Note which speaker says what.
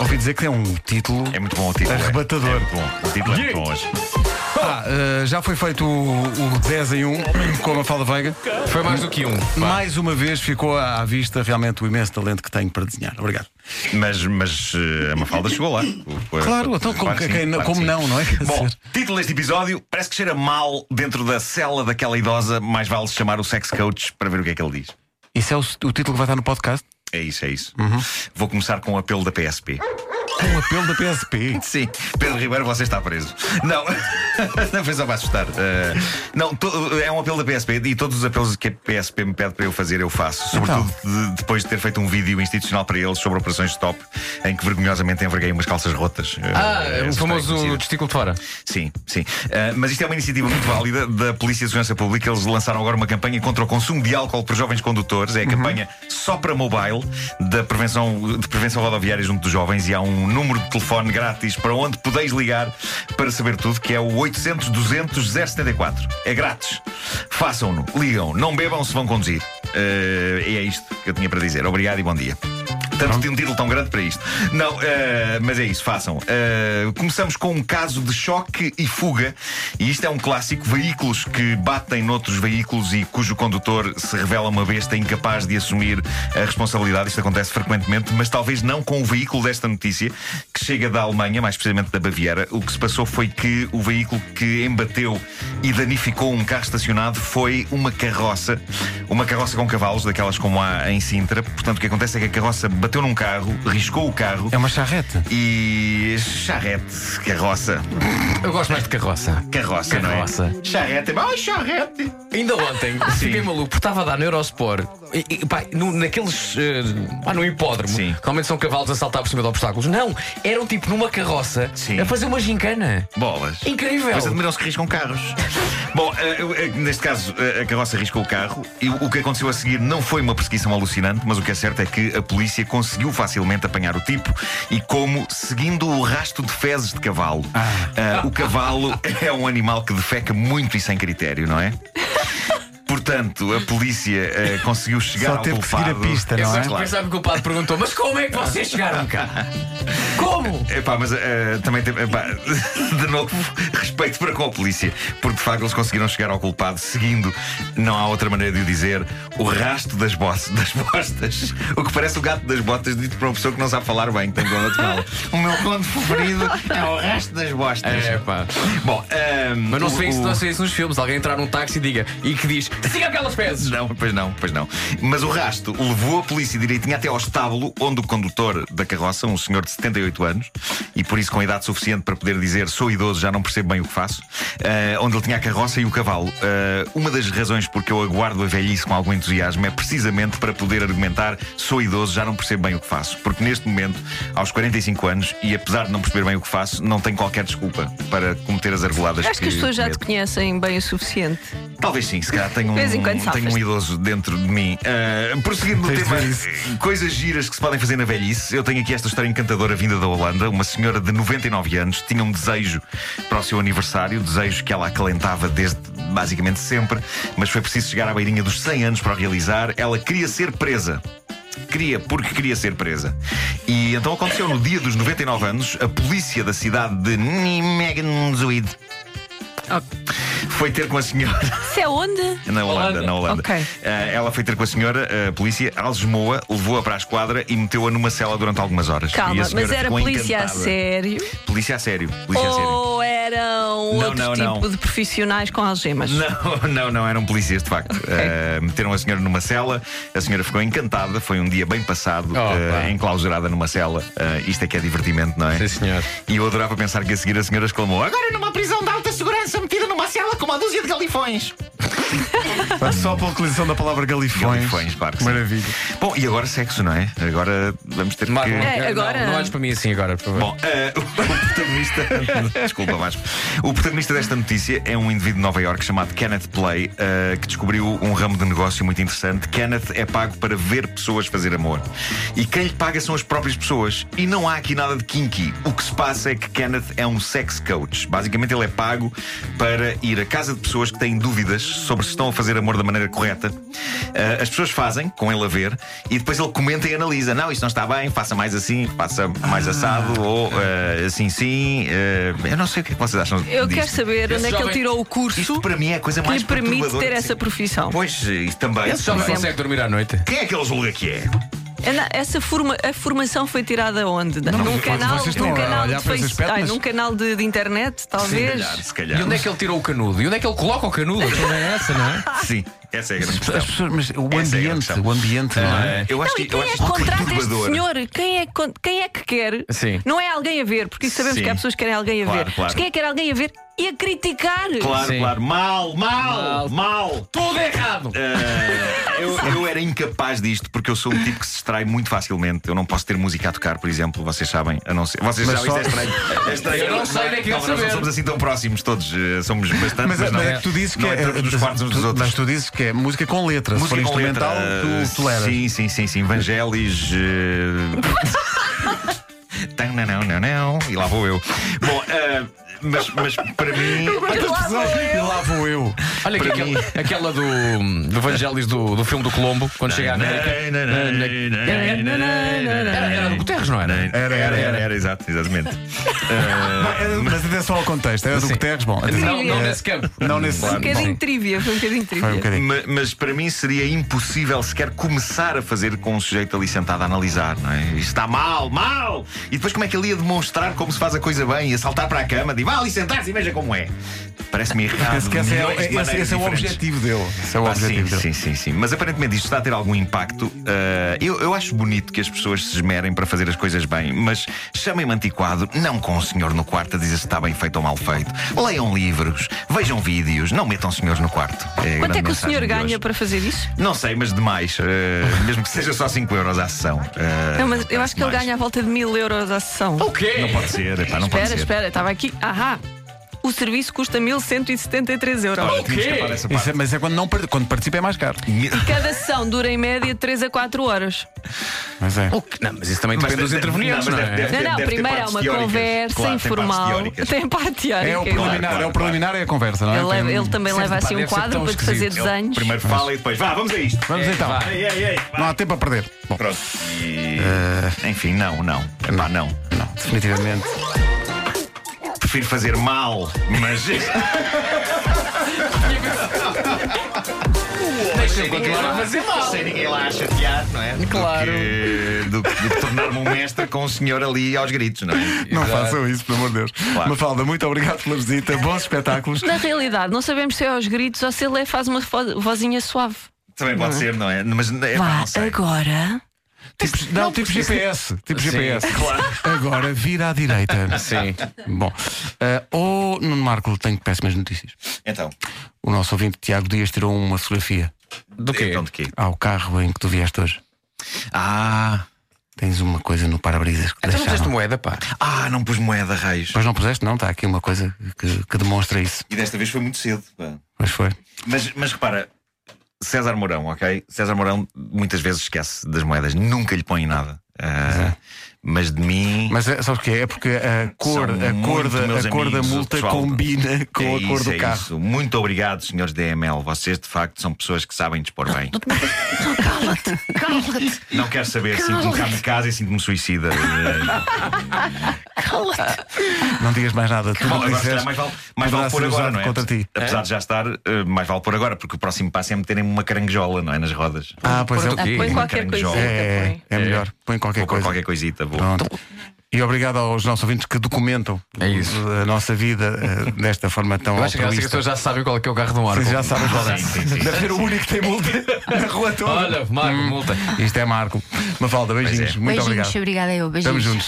Speaker 1: Ouvi dizer que tem um título.
Speaker 2: É muito bom o título. é.
Speaker 1: Arrebatador.
Speaker 2: É, muito bom. O título é muito bom hoje.
Speaker 1: Ah, eh, já foi feito o, o 10 em 1 com a Mafalda Veiga.
Speaker 3: Foi mais do que um.
Speaker 1: Mais uma vez ficou à vista realmente o imenso talento que tenho para desenhar. Obrigado.
Speaker 2: Mas, mas eh, a Mafalda chegou lá. O- o-
Speaker 1: Claro, então como,
Speaker 2: que
Speaker 1: que-
Speaker 2: sim,
Speaker 1: quem-
Speaker 2: claro que
Speaker 1: como
Speaker 2: sim.
Speaker 1: não, não é? Quer
Speaker 2: Bom,
Speaker 1: dizer,
Speaker 2: título deste episódio parece que cheira mal dentro da cela daquela idosa. Mais vale chamar o sex coach para ver o que é que ele diz.
Speaker 1: Isso é o, o título que vai estar no podcast?
Speaker 2: É isso, é isso.
Speaker 1: Uhum.
Speaker 2: Vou começar com o apelo da PSP.
Speaker 1: Com o Um apelo da PSP.
Speaker 2: Sim, Pedro Ribeiro, você está preso. Não, não foi só para assustar. Eh, não, to- é um apelo da PSP e todos os apelos que a PSP me pede para eu fazer, eu faço.
Speaker 3: Então.
Speaker 2: Sobretudo de- depois de ter feito um vídeo institucional para eles sobre operações stop, em que vergonhosamente enverguei umas calças rotas. Eh,
Speaker 3: Ah,
Speaker 1: É
Speaker 2: essa
Speaker 1: um
Speaker 2: história
Speaker 3: o famoso
Speaker 2: conhecida.
Speaker 3: testículo de fora.
Speaker 2: Sim, sim. Ah, mas isto é uma iniciativa muito válida da Polícia de Segurança Pública. Eles lançaram agora uma campanha contra o consumo de álcool por jovens condutores. É a campanha Só para Mobile da prevenção, de prevenção rodoviária junto dos jovens. E há um número de telefone grátis para onde podeis ligar para saber tudo, que é o 800-200-074. É grátis. Façam-no, ligam, não bebam se vão conduzir. Ah, e é isto que eu tinha para dizer. Obrigado e bom dia. Tanto tem um título tão grande para isto. Não, eh, mas é isso, façam. Eh, começamos com um caso de choque e fuga. E isto é um clássico: veículos que batem noutros veículos e cujo condutor se revela uma besta incapaz de assumir a responsabilidade. Isto acontece frequentemente, mas talvez não com o veículo desta notícia, que chega da Alemanha, mais precisamente da Baviera. O que se passou foi que o veículo que embateu e danificou um carro estacionado foi uma carroça. Uma carroça com cavalos, daquelas como há em Sintra. Portanto, o que acontece é que a carroça bateu num carro, riscou o carro
Speaker 1: É uma charrete.
Speaker 2: e. charrete, carroça.
Speaker 3: Eu gosto mais de carroça.
Speaker 2: Carroça, não
Speaker 3: Carroça.
Speaker 2: é? Charrete, ai, charrete!
Speaker 3: Ainda ontem fiquei maluco, porque estava a dar no Eurosport. E, e, pá, no- naqueles. eh, ah, no hipódromo.
Speaker 2: Sim.
Speaker 3: Realmente são cavalos a saltar por cima de obstáculos. Não, eram tipo numa carroça
Speaker 2: Sim.
Speaker 3: a fazer uma gincana.
Speaker 2: Bolas.
Speaker 3: Incrível.
Speaker 2: Mas admiram-se que riscam carros. Bom, eh, eh, neste caso, eh, a carroça riscou o carro e o que aconteceu a seguir não foi uma perseguição alucinante, mas o que é certo é que a polícia conseguiu facilmente apanhar o tipo e como seguindo o rastro de fezes de cavalo. Ah, o cavalo é um animal que defeca muito e sem critério, não é? Portanto, a polícia eh, conseguiu chegar
Speaker 1: Só
Speaker 2: ao
Speaker 1: teve que seguir a
Speaker 2: culpado.
Speaker 1: pista,
Speaker 3: Eu
Speaker 1: não é?
Speaker 3: gosto de pensar que o culpado perguntou: Mas como é que vocês chegaram cá? Como?
Speaker 2: Epá, mas eh, também tem, epá, de novo, respeito para com a polícia, porque de facto eles conseguiram chegar ao culpado seguindo, não há outra maneira de o dizer, o rastro das, bos- das bostas. O que parece o gato das botas dito para uma pessoa que não sabe falar bem, que tem dona de mal. O meu conto preferido é o rastro das bostas.
Speaker 3: É, pá.
Speaker 2: Bom, ehm,
Speaker 3: Mas não se, vê
Speaker 2: o-
Speaker 3: isso, não
Speaker 2: o-
Speaker 3: se vê isso nos filmes. Alguém entrar num táxi e diga e que diz: siga aquelas peças.
Speaker 2: Não, pois não, pois não. Mas o rasto levou a polícia direitinho até ao estábulo onde o condutor da carroça, um senhor de 78 anos, e por isso com idade suficiente para poder dizer sou idoso, já não percebo bem o que faço, eh, onde ele tinha a carroça e o cavalo. Eh, uma das razões porque eu aguardo a velhice com algum entusiasmo é precisamente para poder argumentar sou idoso, já não percebo bem o que faço. Porque neste momento, aos 45 anos, e apesar de não perceber bem o que faço, não tenho qualquer desculpa para cometer as arveladas
Speaker 4: Acho que as pessoas já te
Speaker 2: cometo.
Speaker 4: conhecem bem o suficiente.
Speaker 2: Talvez sim, se calhar tenho um,
Speaker 4: De vez em quando
Speaker 2: tenho
Speaker 4: safas-te.
Speaker 2: um idoso dentro de mim. Ah, prosseguindo no
Speaker 1: Tens de
Speaker 2: tema,
Speaker 1: ver isso.
Speaker 2: eh, coisas giras que se podem fazer na velhice, eu tenho aqui esta história encantadora vinda da Holanda. Uma senhora de 99 anos tinha um desejo para o seu aniversário, desejo que ela acalentava desde basicamente sempre, mas foi preciso chegar à beirinha dos 100 anos para o realizar. Ela queria ser presa. Queria, porque queria ser presa. E então aconteceu no dia dos 99 anos, a polícia da cidade de Nijmegen foi ter com a senhora.
Speaker 4: Isso é onde?
Speaker 2: Na Holanda,
Speaker 3: Holanda.
Speaker 2: na Holanda.
Speaker 4: Ok.
Speaker 2: Eh, ela foi ter com a senhora, eh, a polícia, algemou-a, levou-a para a esquadra e meteu-a numa cela durante algumas horas. E a
Speaker 4: Calma,
Speaker 2: senhora
Speaker 4: mas era
Speaker 2: ficou
Speaker 4: polícia a
Speaker 2: encantada.
Speaker 4: sério? Oh.
Speaker 2: Polícia a sério. Polícia a sério.
Speaker 4: Ou eram
Speaker 2: Não,
Speaker 4: outro
Speaker 2: não,
Speaker 4: tipo
Speaker 2: não.
Speaker 4: de profissionais com algemas?
Speaker 2: Não, não, não, eram polícias de facto. Eh, meteram a senhora numa cela, a senhora ficou encantada, foi um dia bem passado, eh,
Speaker 3: pá.
Speaker 2: enclausurada numa cela. Eh, isto é que é divertimento, não é?
Speaker 3: Sim, senhor.
Speaker 2: E eu adorava pensar que a seguir a senhora exclamou: Agora numa prisão de alta segurança, metida numa cela com uma dúzia de galifões.
Speaker 1: Só pela utilização da palavra galifões.
Speaker 2: Galifões, claro que sim.
Speaker 1: Maravilha.
Speaker 2: Bom, e agora sexo, não é? Agora vamos ter
Speaker 3: Marco,
Speaker 2: que.
Speaker 4: É, agora-
Speaker 3: Não, não olhes para mim assim agora, por favor.
Speaker 2: Bom, eh, o protagonista. Desculpa, Vasco. O protagonista desta notícia é um indivíduo de Nova York chamado Kenneth Play, eh, que descobriu um ramo de negócio muito interessante. Kenneth é pago para ver pessoas fazer amor. E quem lhe paga são as próprias pessoas. E não há aqui nada de kinky. O que se passa é que Kenneth é um sex coach. Basicamente, ele é pago para ir à casa de pessoas que têm dúvidas sobre sobre se estão a fazer amor da maneira correta. Eh, as pessoas fazem, com ele a ver, e depois ele comenta e analisa: não, isto não está bem, faça mais assim, faça mais assado, ou eh, assim sim. eh, eu não sei o que é que vocês acham.
Speaker 4: Eu
Speaker 2: disto.
Speaker 4: quero saber
Speaker 3: Esse
Speaker 4: onde é que ele
Speaker 3: jovem-
Speaker 4: tirou o curso
Speaker 2: Isto para mim é a coisa
Speaker 4: que
Speaker 2: mais
Speaker 4: lhe permite
Speaker 2: perturbadora
Speaker 4: ter
Speaker 2: de
Speaker 4: essa
Speaker 2: sempre.
Speaker 4: profissão.
Speaker 2: Pois, isso também.
Speaker 3: Esse jovem
Speaker 2: também.
Speaker 3: consegue dormir à noite.
Speaker 2: Quem é que ele julga que é?
Speaker 4: É na- Essa forma, a formação foi tirada onde? num
Speaker 1: mas
Speaker 4: canal,
Speaker 1: vocês estão
Speaker 4: num
Speaker 1: a
Speaker 4: canal,
Speaker 1: olhar
Speaker 4: de,
Speaker 1: para essas
Speaker 4: face... Ai,
Speaker 1: pernas?
Speaker 4: num canal de, de internet, talvez?
Speaker 2: Se calhar, se
Speaker 3: E
Speaker 2: calhar.
Speaker 3: onde é que ele tirou o canudo? E onde é que ele coloca o canudo?
Speaker 2: Sim, essa é a grande
Speaker 1: As
Speaker 2: questão.
Speaker 1: pessoas, mas o
Speaker 2: Essa é a
Speaker 1: ambiente,
Speaker 2: questão.
Speaker 1: o ambiente, não é?
Speaker 2: Eu acho
Speaker 4: Não, e
Speaker 2: que eu
Speaker 4: quem é
Speaker 2: acho
Speaker 4: que contrata este
Speaker 2: perturbador.
Speaker 4: senhor? Quem é, que con- quem é que quer?
Speaker 3: Sim.
Speaker 4: Não é alguém a ver, porque isso sabemos
Speaker 2: Sim.
Speaker 4: que há pessoas que querem alguém a
Speaker 2: Claro,
Speaker 4: ver.
Speaker 2: claro.
Speaker 4: Mas quem é que quer alguém a ver e a criticar? um
Speaker 2: Claro,
Speaker 3: Sim.
Speaker 2: claro. Mal, mal, mal.
Speaker 3: Tudo errado!
Speaker 2: É, Eh, eu, eu era incapaz disto porque eu sou um tipo que se distrai muito facilmente. Eu não posso ter música a tocar, por exemplo, vocês sabem, a não ser. Vocês
Speaker 1: Mas
Speaker 2: sabem,
Speaker 1: só-
Speaker 2: isto é estranho. É estranho.
Speaker 3: Eu não sei, nem queria
Speaker 2: Talvez Não
Speaker 3: saber.
Speaker 2: somos assim tão próximos todos, eh, somos bastante.
Speaker 1: Mas,
Speaker 2: Mas, não
Speaker 1: mas é que tu dizes que
Speaker 2: não
Speaker 1: é,
Speaker 2: entramos nos quartos uns dos
Speaker 1: tu-
Speaker 2: outros.
Speaker 1: Mas tu dizes que é música com letra. se for
Speaker 2: com
Speaker 1: instrumental,
Speaker 2: letra, eh,
Speaker 1: tu toleras.
Speaker 2: Sim, sim, sim, sim. Vangelis. eh, Tan, Não, não, não, não. E lá vou eu. Bom, eh, mas, mas para mim.
Speaker 1: E lá vou eu.
Speaker 3: Olha que
Speaker 2: Para
Speaker 3: aquela, aquela do, do Vangelis do, do filme do Colombo, quando chega à América. Era, era do Guterres, não era?
Speaker 2: Era, era, era, era, exato, exatamente.
Speaker 1: Era- Mas atenção ao contexto. Era do
Speaker 3: Sim.
Speaker 1: Guterres, bom. atenção.
Speaker 3: Não, não
Speaker 1: Eh,
Speaker 3: nesse campo.
Speaker 1: Não nesse.
Speaker 4: Foi um bocadinho de trivia, foi um bocadinho de
Speaker 1: Foi um
Speaker 4: trivia.
Speaker 1: bocadinho.
Speaker 2: Ma- Mas para mim seria impossível sequer começar a fazer com um sujeito ali sentado a analisar, não é? Isto está mal, mal! E depois como é que ele ia demonstrar como se faz a coisa bem? Ia saltar para a cama, de vá ali sentar-se e veja como é. Parece-me errado.
Speaker 1: Esse, que esse é,
Speaker 2: milhões de
Speaker 1: esse-
Speaker 2: maneiras
Speaker 1: esse é o
Speaker 2: diferentes.
Speaker 1: objetivo dele. Esse é o
Speaker 2: Ah,
Speaker 1: objetivo
Speaker 2: sim,
Speaker 1: dele.
Speaker 2: sim, sim, sim. Mas aparentemente isto está a ter algum impacto. Ah, eu, eu acho bonito que as pessoas se esmerem para fazer as coisas bem, mas chamem-me antiquado, não com o senhor no quarto a dizer se está bem feito ou mal feito. Leiam livros, vejam vídeos, não metam senhores no quarto. a
Speaker 4: Quanto
Speaker 2: grande
Speaker 4: é que o
Speaker 2: mensagem
Speaker 4: senhor
Speaker 2: de
Speaker 4: ganha
Speaker 2: hoje.
Speaker 4: para fazer isso?
Speaker 2: Não sei, mas demais. Ah, mesmo que seja só 5 euros a sessão. Ah,
Speaker 4: Não, mas eu acho que ele
Speaker 2: demais.
Speaker 4: ganha à volta de mil euros à sessão.
Speaker 3: O quê?
Speaker 2: Não pode ser, epá, não pode
Speaker 4: espera,
Speaker 2: ser.
Speaker 4: espera, estava aqui. Ahá! O serviço custa 1173 euros.
Speaker 2: Olha, tínhamos que escapar dessa parte.
Speaker 1: Isso é- mas é quando, não, par- quando participa é mais caro.
Speaker 4: Cada sessão dura em média 3 a 4 horas.
Speaker 1: Mas é.
Speaker 3: O quê? Não, mas isso também depende
Speaker 2: Mas
Speaker 3: dos
Speaker 2: deve-
Speaker 3: intervenientes,
Speaker 2: não,
Speaker 3: não
Speaker 2: mas
Speaker 3: é?
Speaker 2: deve-
Speaker 4: Não, não,
Speaker 2: ter
Speaker 4: primeiro é
Speaker 2: partes
Speaker 4: uma
Speaker 2: teóricas.
Speaker 4: conversa
Speaker 2: Claro, tem partes
Speaker 4: informal.
Speaker 2: teóricas.
Speaker 4: Tem parte teórica.
Speaker 1: É o
Speaker 2: claro,
Speaker 1: preliminar, é
Speaker 2: claro,
Speaker 1: o preliminar é a conversa, não é?
Speaker 4: Ele, leva-
Speaker 1: Tem-
Speaker 4: ele também
Speaker 3: Sim,
Speaker 4: leva
Speaker 3: pá,
Speaker 4: assim um
Speaker 3: deve ser
Speaker 4: quadro
Speaker 3: tão
Speaker 4: para te fazer
Speaker 3: esquisito.
Speaker 2: Ele
Speaker 4: desenhos.
Speaker 2: primeiro fala e depois, vá, vamos a isto.
Speaker 1: Vamos
Speaker 2: É,
Speaker 1: então.
Speaker 2: vá. Ei, ei, ei,
Speaker 1: Não
Speaker 2: vá.
Speaker 1: há tempo a perder. Bom,
Speaker 2: Pronto. E... Enfim, não, não. Epá, eh, não.
Speaker 1: não, definitivamente.
Speaker 2: Prefiro fazer mal, mas.
Speaker 3: Deixa-me continuar a fazer mal.
Speaker 2: Sem ninguém lá a chatear, não é? Do
Speaker 3: Claro.
Speaker 2: que- Do que, do que tornar-me um mestre com o senhor ali aos gritos, não é?
Speaker 1: Não
Speaker 3: Exato.
Speaker 1: façam isso, pelo amor de Deus.
Speaker 2: Claro.
Speaker 1: Mafalda, muito obrigado pela visita. Bons espetáculos.
Speaker 4: Na realidade, não sabemos se é aos gritos ou se ele é- faz uma fo- vozinha suave.
Speaker 2: Também pode ser, não é? Mas é
Speaker 4: Vá,
Speaker 2: não sei.
Speaker 4: agora.
Speaker 1: Tipos- não, tipo GPS. Tipo
Speaker 3: Sim.
Speaker 1: GPS.
Speaker 2: Claro.
Speaker 1: Agora vira à direita.
Speaker 3: Sim.
Speaker 1: Bom, eh, ou Nuno Marco, tenho péssimas notícias.
Speaker 2: Então,
Speaker 1: O nosso ouvinte Tiago Dias tirou uma fotografia
Speaker 3: Do quê?
Speaker 2: então de quê?
Speaker 1: ao carro em que tu vieste hoje.
Speaker 2: Ah,
Speaker 1: Tens uma coisa no para-brisas que
Speaker 3: Então não puseste
Speaker 1: deixaram.
Speaker 3: moeda, pá.
Speaker 2: ah, não pus moeda, raios.
Speaker 1: Pois não puseste, não, está aqui uma coisa que, que demonstra isso.
Speaker 2: E desta vez foi muito cedo. pá.
Speaker 1: Mas foi.
Speaker 2: Mas, mas repara, César Mourão, ok? César Mourão muitas vezes esquece das moedas, nunca lhe põe nada. Ah, mas de mim.
Speaker 1: Mas eh, sabes o que é? É porque a cor,
Speaker 2: São
Speaker 1: a cor,
Speaker 2: muito meus
Speaker 1: da, a cor da
Speaker 2: amigos, o
Speaker 1: multa
Speaker 2: pessoal do-
Speaker 1: combina com
Speaker 2: É
Speaker 1: a cor
Speaker 2: isso,
Speaker 1: do
Speaker 2: é
Speaker 1: carro.
Speaker 2: isso. Muito obrigado, senhores DML. Vocês de facto são pessoas que sabem dispor bem.
Speaker 4: Cala-te,
Speaker 2: Não quero saber, sinto-me cá de casa e sinto-me suicida. Eh,
Speaker 4: cala-te.
Speaker 1: Não digas mais nada. Tudo
Speaker 2: bom,
Speaker 1: o que
Speaker 2: agora se calhar
Speaker 1: disseste
Speaker 2: mais vale, mais
Speaker 1: poderá
Speaker 2: vale por
Speaker 1: ser
Speaker 2: agora,
Speaker 1: é. usado
Speaker 2: não é?
Speaker 1: contra ti.
Speaker 2: Apesar de já estar, eh, mais vale por agora, porque o próximo passo é meterem-me uma caranguejola, não é? Nas rodas.
Speaker 1: Ah, pois
Speaker 3: Pronto,
Speaker 1: é.
Speaker 3: ok.
Speaker 4: Põe qualquer coisa.
Speaker 2: caranguejola.
Speaker 1: É, é melhor. Põe qualquer
Speaker 2: Vou pôr
Speaker 1: coisa.
Speaker 2: qualquer coisita, vou.
Speaker 1: Pronto. E obrigado aos nossos ouvintes que documentam
Speaker 3: É isso.
Speaker 1: a nossa vida eh, desta forma tão
Speaker 3: Eu acho que as
Speaker 1: altruísta.
Speaker 3: pessoas já sabem qual é que é o carro do Marco.
Speaker 1: Vocês já sabem qual é.
Speaker 2: Sim, sim, sim.
Speaker 1: Deve ser o único que tem multa na rua toda.
Speaker 3: Olha, Marco, multa.
Speaker 1: Isto é Marco. Mafalda, beijinhos.
Speaker 2: Pois é.
Speaker 1: Muito
Speaker 5: Beijinhos,
Speaker 1: obrigado.
Speaker 5: obrigada eu. Beijinhos.
Speaker 1: Estamos juntos.